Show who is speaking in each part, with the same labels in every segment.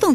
Speaker 1: 懂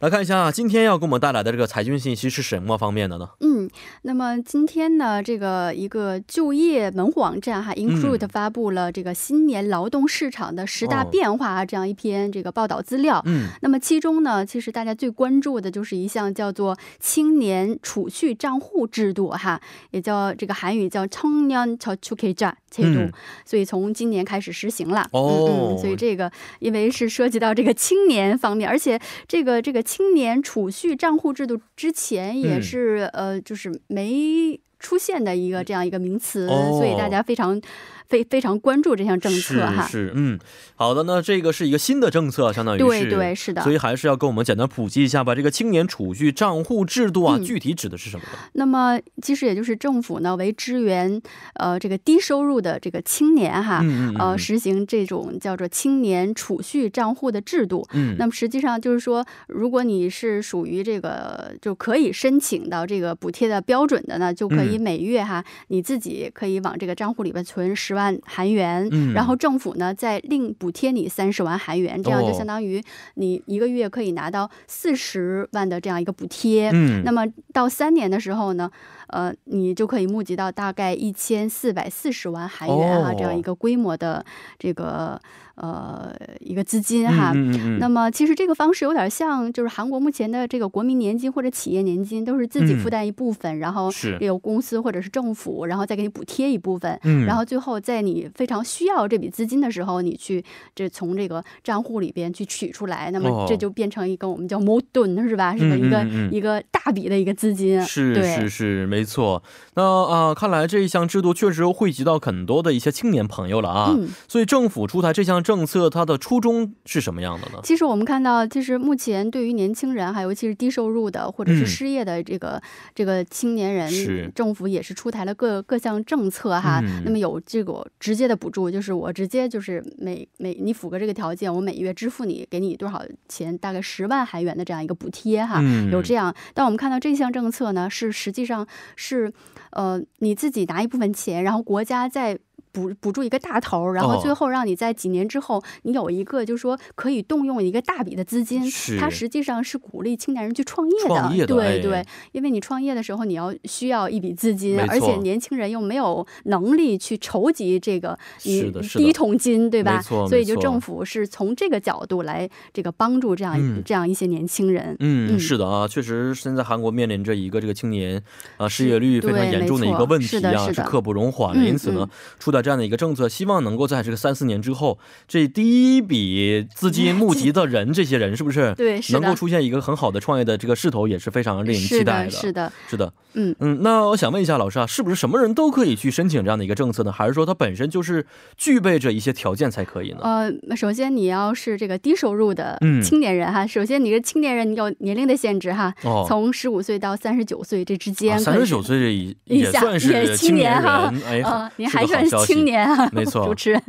Speaker 2: 来看一下啊，今天要给我们带来的这个财经信息是什么方面的呢？
Speaker 3: 嗯，那么今天呢，这个一个就业门户网站
Speaker 2: 嗯
Speaker 3: 哈，Include 发布了这个新年劳动市场的十大
Speaker 2: 哦
Speaker 3: 变化啊，这样一篇这个报道资料。
Speaker 2: 嗯，
Speaker 3: 那么其中呢，其实大家最关注的就是一项叫做青年储蓄账户制度哈，也叫这个韩语叫청년저축계좌制度、
Speaker 2: 嗯
Speaker 3: 所以从今年开始实行了。
Speaker 2: 哦
Speaker 3: 嗯嗯，所以这个因为是涉及到这个青年方面，而且这个这个青年储蓄账户制度之前也
Speaker 2: 嗯
Speaker 3: 是、呃，就是没。出现的一个这样一个名词，
Speaker 2: 哦
Speaker 3: 所以大家非常非非常关注这项政策哈。
Speaker 2: 是是，嗯，好的，那这个是一个新的政策，相当于是
Speaker 3: 对对，是的
Speaker 2: 所。以还是要跟我们简单普及一下吧。这个青年储蓄账户制度啊，
Speaker 3: 嗯
Speaker 2: 具体指的是什么呢？
Speaker 3: 那么，其实也就是政府呢为支援呃这个低收入的这个青年哈，
Speaker 2: 嗯嗯
Speaker 3: 呃实行这种叫做青年储蓄账户的制度。
Speaker 2: 嗯，
Speaker 3: 那么实际上就是说，如果你是属于这个就可以申请到这个补贴的标准的呢，就可以
Speaker 2: 嗯
Speaker 3: 每月哈，你自己可以往这个账户里边存十万韩元，
Speaker 2: 嗯
Speaker 3: 然后政府呢再另补贴你三十万韩元，这样就
Speaker 2: 哦
Speaker 3: 相当于你一个月可以拿到四十万的这样一个补贴。
Speaker 2: 嗯，
Speaker 3: 那么到三年的时候呢，呃，你就可以募集到大概一千四百四十万韩元啊、
Speaker 2: 哦
Speaker 3: 这样一个规模的这个呃一个资金哈。
Speaker 2: 嗯嗯嗯嗯
Speaker 3: 那么其实这个方式有点像，就是韩国目前的这个国民年金或者企业年金，都是自己负担一部分，然后
Speaker 2: 嗯是
Speaker 3: 由公司或者是政府，然后再给你补贴一部分。
Speaker 2: 嗯
Speaker 3: 然后最后，在你非常需要这笔资金的时候，你去这从这个账户里边去取出来，那
Speaker 2: 哦
Speaker 3: 么这就变成一个我们叫矛盾，是吧？是吧？一个、
Speaker 2: 嗯嗯嗯
Speaker 3: 一个大笔的一个资金，
Speaker 2: 是
Speaker 3: 对
Speaker 2: 是是，没错。那啊、看来这一项制度确实汇集到很多的一些青年朋友了啊。
Speaker 3: 嗯
Speaker 2: 所以政府出台这项政策，它的初衷是什么样的呢？
Speaker 3: 其实我们看到，其实目前对于年轻人，还尤其是低收入的或者
Speaker 2: 嗯
Speaker 3: 是失业的这个、这个青年
Speaker 2: 是
Speaker 3: 人，政府也是出台了各各项政策哈、
Speaker 2: 嗯
Speaker 3: 那么有这个直接的补助，就是我直接就是每每你符合这个条件，我每月支付你给你多少钱，大概十万韩元的这样一个补贴哈。
Speaker 2: 嗯
Speaker 3: 啊有这样，但我们看到这项政策呢，是实际上是，呃，你自己拿一部分钱，然后国家再补补助一个大头儿，然后最
Speaker 2: 哦
Speaker 3: 后让你在几年之后，你有一个就是说可以动用一个大笔的资金
Speaker 2: 是，
Speaker 3: 它实际上是鼓励青年人去创业的，
Speaker 2: 创业的
Speaker 3: 对、
Speaker 2: 哎
Speaker 3: 对，因为你创业的时候你要需要一笔资金
Speaker 2: 没，
Speaker 3: 而且
Speaker 2: 错
Speaker 3: 年轻人又没有能力去筹集这个
Speaker 2: 是
Speaker 3: 你
Speaker 2: 的是
Speaker 3: 第
Speaker 2: 的
Speaker 3: 一桶金，对
Speaker 2: 没
Speaker 3: 吧？
Speaker 2: 错
Speaker 3: 所
Speaker 2: 没
Speaker 3: 以就
Speaker 2: 错
Speaker 3: 政府是从这个角度来这个帮助这样、
Speaker 2: 嗯
Speaker 3: 这样一些年轻人。
Speaker 2: 嗯，
Speaker 3: 嗯
Speaker 2: 是的啊，确实现在韩国面临着一个这个青年啊
Speaker 3: 是
Speaker 2: 失业率非常
Speaker 3: 对
Speaker 2: 严重的一个问题
Speaker 3: 没错是的
Speaker 2: 啊，
Speaker 3: 是的
Speaker 2: 刻不容缓。
Speaker 3: 嗯
Speaker 2: 因此呢，出台这样的一个政策，希望能够在这个三四年之后，这第一笔资金募集的人，这些人是不是
Speaker 3: 对，是的，
Speaker 2: 能够出现一个很好的创业的这个势头，也是非常令人期待
Speaker 3: 是的，是的，
Speaker 2: 是的，
Speaker 3: 嗯
Speaker 2: 嗯，那我想问一下老师啊，是不是什么人都可以去申请这样的一个政策呢？还是说它本身就是具备着一些条件才可以呢？
Speaker 3: 呃，首先你要是这个低收入的
Speaker 2: 嗯
Speaker 3: 青年人哈，首先你是青年人，你有年龄的限制哈，
Speaker 2: 哦，啊
Speaker 3: 从十五岁到三十九岁这之间，
Speaker 2: 三十九，岁 也
Speaker 3: 以
Speaker 2: 也
Speaker 3: 下
Speaker 2: 算
Speaker 3: 也
Speaker 2: 是
Speaker 3: 是
Speaker 2: 青
Speaker 3: 青
Speaker 2: 年
Speaker 3: 年哈
Speaker 2: 人，哎，
Speaker 3: 呃，您
Speaker 2: 是
Speaker 3: 还
Speaker 2: 个
Speaker 3: 算
Speaker 2: 好消息
Speaker 3: 青。年啊，
Speaker 2: 没错
Speaker 3: 主持人。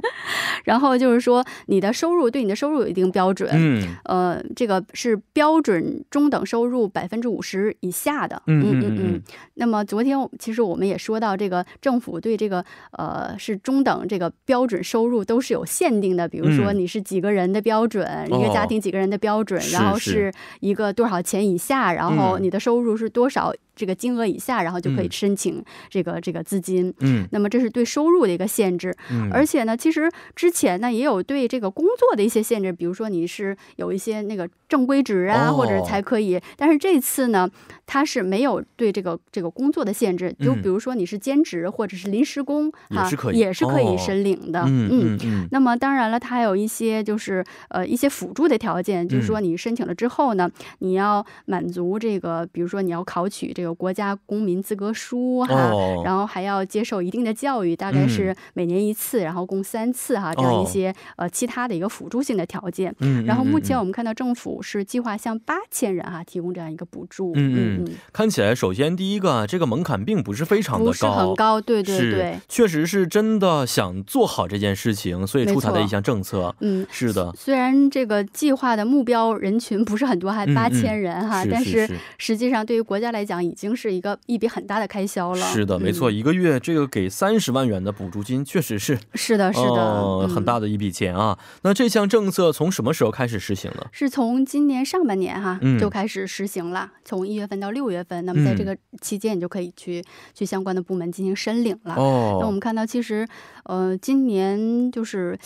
Speaker 3: 然后就是说，你的收入对你的收入有一定标准，
Speaker 2: 嗯
Speaker 3: 呃，这个是标准中等收入百分之五十以下的。
Speaker 2: 嗯嗯
Speaker 3: 嗯
Speaker 2: 嗯嗯
Speaker 3: 嗯。那么昨天我其实我们也说到，这个政府对这个呃是中等这个标准收入都是有限定的，比如说
Speaker 2: 嗯
Speaker 3: 你是几个人的标准，一个
Speaker 2: 哦
Speaker 3: 家庭几个人的标准，
Speaker 2: 是
Speaker 3: 然后
Speaker 2: 是
Speaker 3: 是一个多少钱以下，然后
Speaker 2: 嗯
Speaker 3: 你的收入是多少这个金额以下，然后就可以
Speaker 2: 嗯
Speaker 3: 申请这个这个资金。
Speaker 2: 嗯
Speaker 3: 那么这是对收入的一个限制。
Speaker 2: 嗯，
Speaker 3: 而且呢，其实之前呢也有对这个工作的一些限制，比如说你是有一些那个正规职啊，
Speaker 2: 哦
Speaker 3: 或者才可以。但是这次呢，它是没有对这个这个工作的限制，就
Speaker 2: 嗯
Speaker 3: 比如说你是兼职或者是临时工，
Speaker 2: 也
Speaker 3: 啊
Speaker 2: 是可以
Speaker 3: 也是可
Speaker 2: 哦
Speaker 3: 以申领的。
Speaker 2: 嗯嗯嗯
Speaker 3: 那么当然了，它还有一些就是呃一些辅助的条件，就是
Speaker 2: 嗯
Speaker 3: 说你申请了之后呢，你要满足这个，比如说你要考取这个国家公民资格书哈，
Speaker 2: 哦嗯
Speaker 3: 然后还要接受一定的教育，大概是每年一次，然后共三次哈，这样一些、呃其他的一个辅助性的条件。
Speaker 2: 哦嗯，
Speaker 3: 然后目前
Speaker 2: 嗯
Speaker 3: 我们看到政府府是计划向八千人哈、提供这样一个补助。
Speaker 2: 嗯
Speaker 3: 嗯嗯，
Speaker 2: 看起来，首先第一个啊，这个门槛并不是非常的
Speaker 3: 不是很高，对对
Speaker 2: 是
Speaker 3: 对，
Speaker 2: 确实是真的想做好这件事情，所以出台的一项政策。
Speaker 3: 嗯。
Speaker 2: 是的，
Speaker 3: 虽然这个计划的目标人群不是很多，还
Speaker 2: 嗯嗯
Speaker 3: 八千人哈、但
Speaker 2: 是
Speaker 3: 是实际上对于国家来讲，已经是一个一笔很大的开销了。
Speaker 2: 是的，没错，
Speaker 3: 嗯、
Speaker 2: 一个月这个给三十万元的补助金，确实是
Speaker 3: 是的，是的，
Speaker 2: 呃
Speaker 3: 嗯
Speaker 2: 很大的一笔钱啊。那这项政策从什么时候开始实行呢？
Speaker 3: 是从今年上半年哈、
Speaker 2: 嗯
Speaker 3: 就开始实行了，从一月份到六月份，那么在
Speaker 2: 嗯
Speaker 3: 这个期间，你就可以去、去相关的部门进行申领了。啊那我
Speaker 2: 哦，
Speaker 3: 们看到，其实呃，今年就是。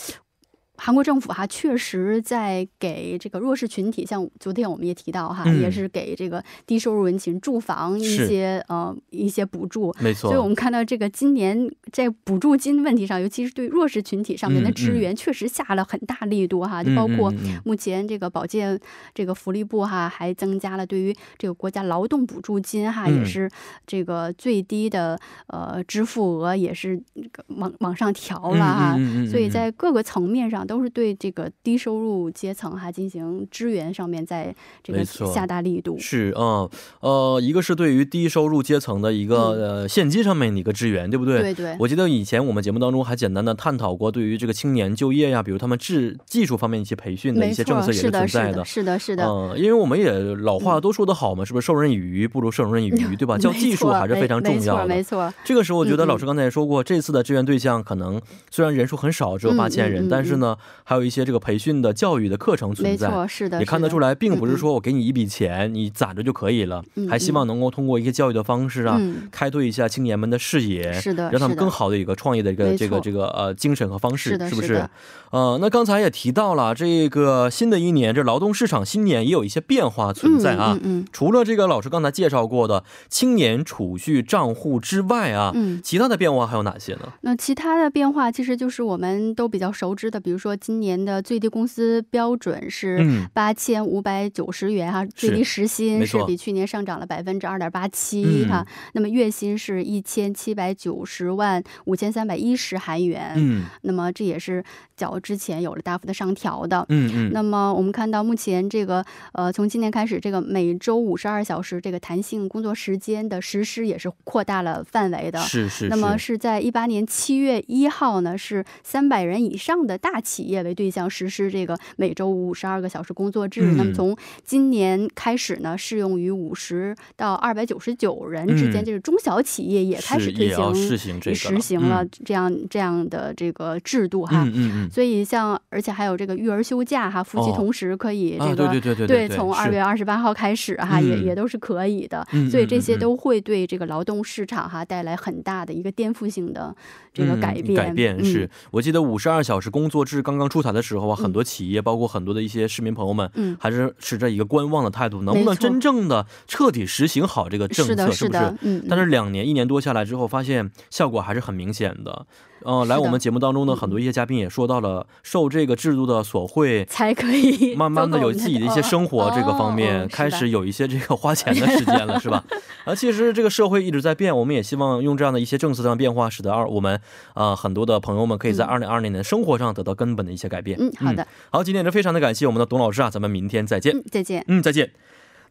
Speaker 3: 韩国政府哈、确实在给这个弱势群体，像昨天我们也提到哈，
Speaker 2: 嗯
Speaker 3: 也是给这个低收入人群住房
Speaker 2: 是
Speaker 3: 一些呃一些补助，
Speaker 2: 没
Speaker 3: 所以我
Speaker 2: 错，
Speaker 3: 们看到这个今年在补助金问题上，尤其是对弱势群体上面的
Speaker 2: 嗯
Speaker 3: 支援，确实下了很大力度哈，就
Speaker 2: 嗯
Speaker 3: 包括
Speaker 2: 嗯嗯嗯
Speaker 3: 目前这个保健这个福利部哈，还增加了对于这个国家劳动补助金哈，
Speaker 2: 嗯
Speaker 3: 也是这个最低的呃支付额也是往往上调了哈。
Speaker 2: 嗯嗯嗯嗯嗯
Speaker 3: 所以在各个层面上都是对这个低收入阶层哈进行支援上面，在这
Speaker 2: 没
Speaker 3: 个
Speaker 2: 错
Speaker 3: 下大力度。
Speaker 2: 是嗯呃，一个是对于低收入阶层的一个、呃现金上面的一个支援，对不对？
Speaker 3: 嗯对对，
Speaker 2: 我记得以前我们节目当中还简单的探讨过对于这个青年就业呀，比如他们技技术方面一些培训的
Speaker 3: 没
Speaker 2: 一些
Speaker 3: 错
Speaker 2: 政策也
Speaker 3: 是
Speaker 2: 存
Speaker 3: 的，是
Speaker 2: 在
Speaker 3: 的，是的，是的。嗯
Speaker 2: 嗯，因为我们也老话都说得好嘛，是不是授人以鱼不如授人以渔， 对吧？教
Speaker 3: 没
Speaker 2: 技术
Speaker 3: 错
Speaker 2: 还是非常重要
Speaker 3: 没没
Speaker 2: 的。
Speaker 3: 错，没错
Speaker 2: 这个时候，我觉得
Speaker 3: 嗯嗯
Speaker 2: 老师刚才也说过，这次的志愿对象可能虽然人数很少，只有
Speaker 3: 嗯
Speaker 2: 八千人、
Speaker 3: 嗯嗯
Speaker 2: 但是呢，还有一些这个培训的教育的课程存
Speaker 3: 没
Speaker 2: 在。
Speaker 3: 错，是的，
Speaker 2: 也看得出
Speaker 3: 来，
Speaker 2: 来，并不是说我给你一笔钱，你攒着就可以了，
Speaker 3: 嗯
Speaker 2: 还希望能够通过一些教育的方式啊，
Speaker 3: 嗯，
Speaker 2: 开拓一下青年们的视野，
Speaker 3: 是的，
Speaker 2: 让他们
Speaker 3: 是的
Speaker 2: 更好的一个创业的一个
Speaker 3: 没
Speaker 2: 这个
Speaker 3: 错
Speaker 2: 这个呃精神和方式，
Speaker 3: 是的
Speaker 2: 不
Speaker 3: 是
Speaker 2: 是
Speaker 3: 的？
Speaker 2: 呃，那刚才也提到了，这个新的一年，这劳动市场新年也有一些变化存在啊。
Speaker 3: 嗯嗯
Speaker 2: 除了这个老师刚才介绍过的青年储蓄账户之外啊，
Speaker 3: 嗯。嗯
Speaker 2: 其他的变化还有哪些呢？
Speaker 3: 那其他的变化其实就是我们都比较熟知的，比如说今年的最低工资标准是
Speaker 2: 嗯
Speaker 3: 八千五百九十元哈、最低时
Speaker 2: 没
Speaker 3: 薪是
Speaker 2: 错嗯
Speaker 3: 比去年上涨了百分之二点八七哈，那么月薪是一千七百九十万五千三百一十韩元、
Speaker 2: 嗯
Speaker 3: 那么这也是较之前有了大幅的上调的。
Speaker 2: 嗯嗯，
Speaker 3: 那么我们看到目前这个呃，从今年开始，这个每周五十二小时这个弹性工作时间的实施也是扩大了范围的。
Speaker 2: 是是
Speaker 3: 那么
Speaker 2: 是，
Speaker 3: 是在一八年七月一号呢，是三百人以上的大企业为对象实施这个每周五十二个小时工作制。
Speaker 2: 嗯
Speaker 3: 那么从今年开始呢，适用于五十到二百九十九人之间，
Speaker 2: 嗯
Speaker 3: 这个中小企业也开
Speaker 2: 是
Speaker 3: 始推
Speaker 2: 也要
Speaker 3: 行
Speaker 2: 实行这个
Speaker 3: 实行了
Speaker 2: 嗯
Speaker 3: 这样、这样的这个制度哈。
Speaker 2: 嗯嗯
Speaker 3: 所以像而且还有这个育儿休假哈，夫妻
Speaker 2: 哦
Speaker 3: 同时可以
Speaker 2: 嗯，
Speaker 3: 这
Speaker 2: 啊，对
Speaker 3: 个、
Speaker 2: 对对对对，
Speaker 3: 从
Speaker 2: 是
Speaker 3: 二月二十八号开始哈，也
Speaker 2: 嗯
Speaker 3: 也都是可以的。
Speaker 2: 嗯
Speaker 3: 所以
Speaker 2: 嗯
Speaker 3: 这些
Speaker 2: 嗯嗯
Speaker 3: 都会对这个劳动市场哈带来很大的一个颠覆性的这个改变。
Speaker 2: 改变
Speaker 3: 嗯
Speaker 2: 是，我记得五十二小时工作制刚刚出台的时候啊，很多企业，包括很多的一些市民朋友们，
Speaker 3: 嗯，
Speaker 2: 还是持着一个观望的态度，能不能
Speaker 3: 没错
Speaker 2: 真正的彻底实行好这个政
Speaker 3: 是
Speaker 2: 策，
Speaker 3: 的，
Speaker 2: 是不
Speaker 3: 的
Speaker 2: 是？，
Speaker 3: 嗯，
Speaker 2: 但
Speaker 3: 嗯
Speaker 2: 是两年一年多下来之后，发现效果还是很明显的。呃，
Speaker 3: 是
Speaker 2: 来
Speaker 3: 的
Speaker 2: 我们节目当中呢，
Speaker 3: 嗯
Speaker 2: 很多一些嘉宾也说到了，受这个制度的所惠，
Speaker 3: 才可以
Speaker 2: 慢慢的
Speaker 3: 做
Speaker 2: 有
Speaker 3: 够
Speaker 2: 自己的一些生活
Speaker 3: 哦
Speaker 2: 这个方面、
Speaker 3: 哦哦是
Speaker 2: 开
Speaker 3: 的
Speaker 2: 始有一些这个花钱的时间了，是 吧？啊，其实这个社会一直在变，我们也希望用这样的一些政策上的变化，使得二我们啊、呃很多的朋友们可以在
Speaker 3: 嗯
Speaker 2: 二零二零年生活上得到根本的一些改变。
Speaker 3: 嗯，好的，
Speaker 2: 好，今天也是非常的感谢我们的董老师啊，咱们明天再见。
Speaker 3: 嗯，再见。
Speaker 2: 嗯，再见。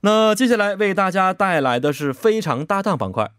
Speaker 2: 那接下来为大家带来的是非常搭档板块。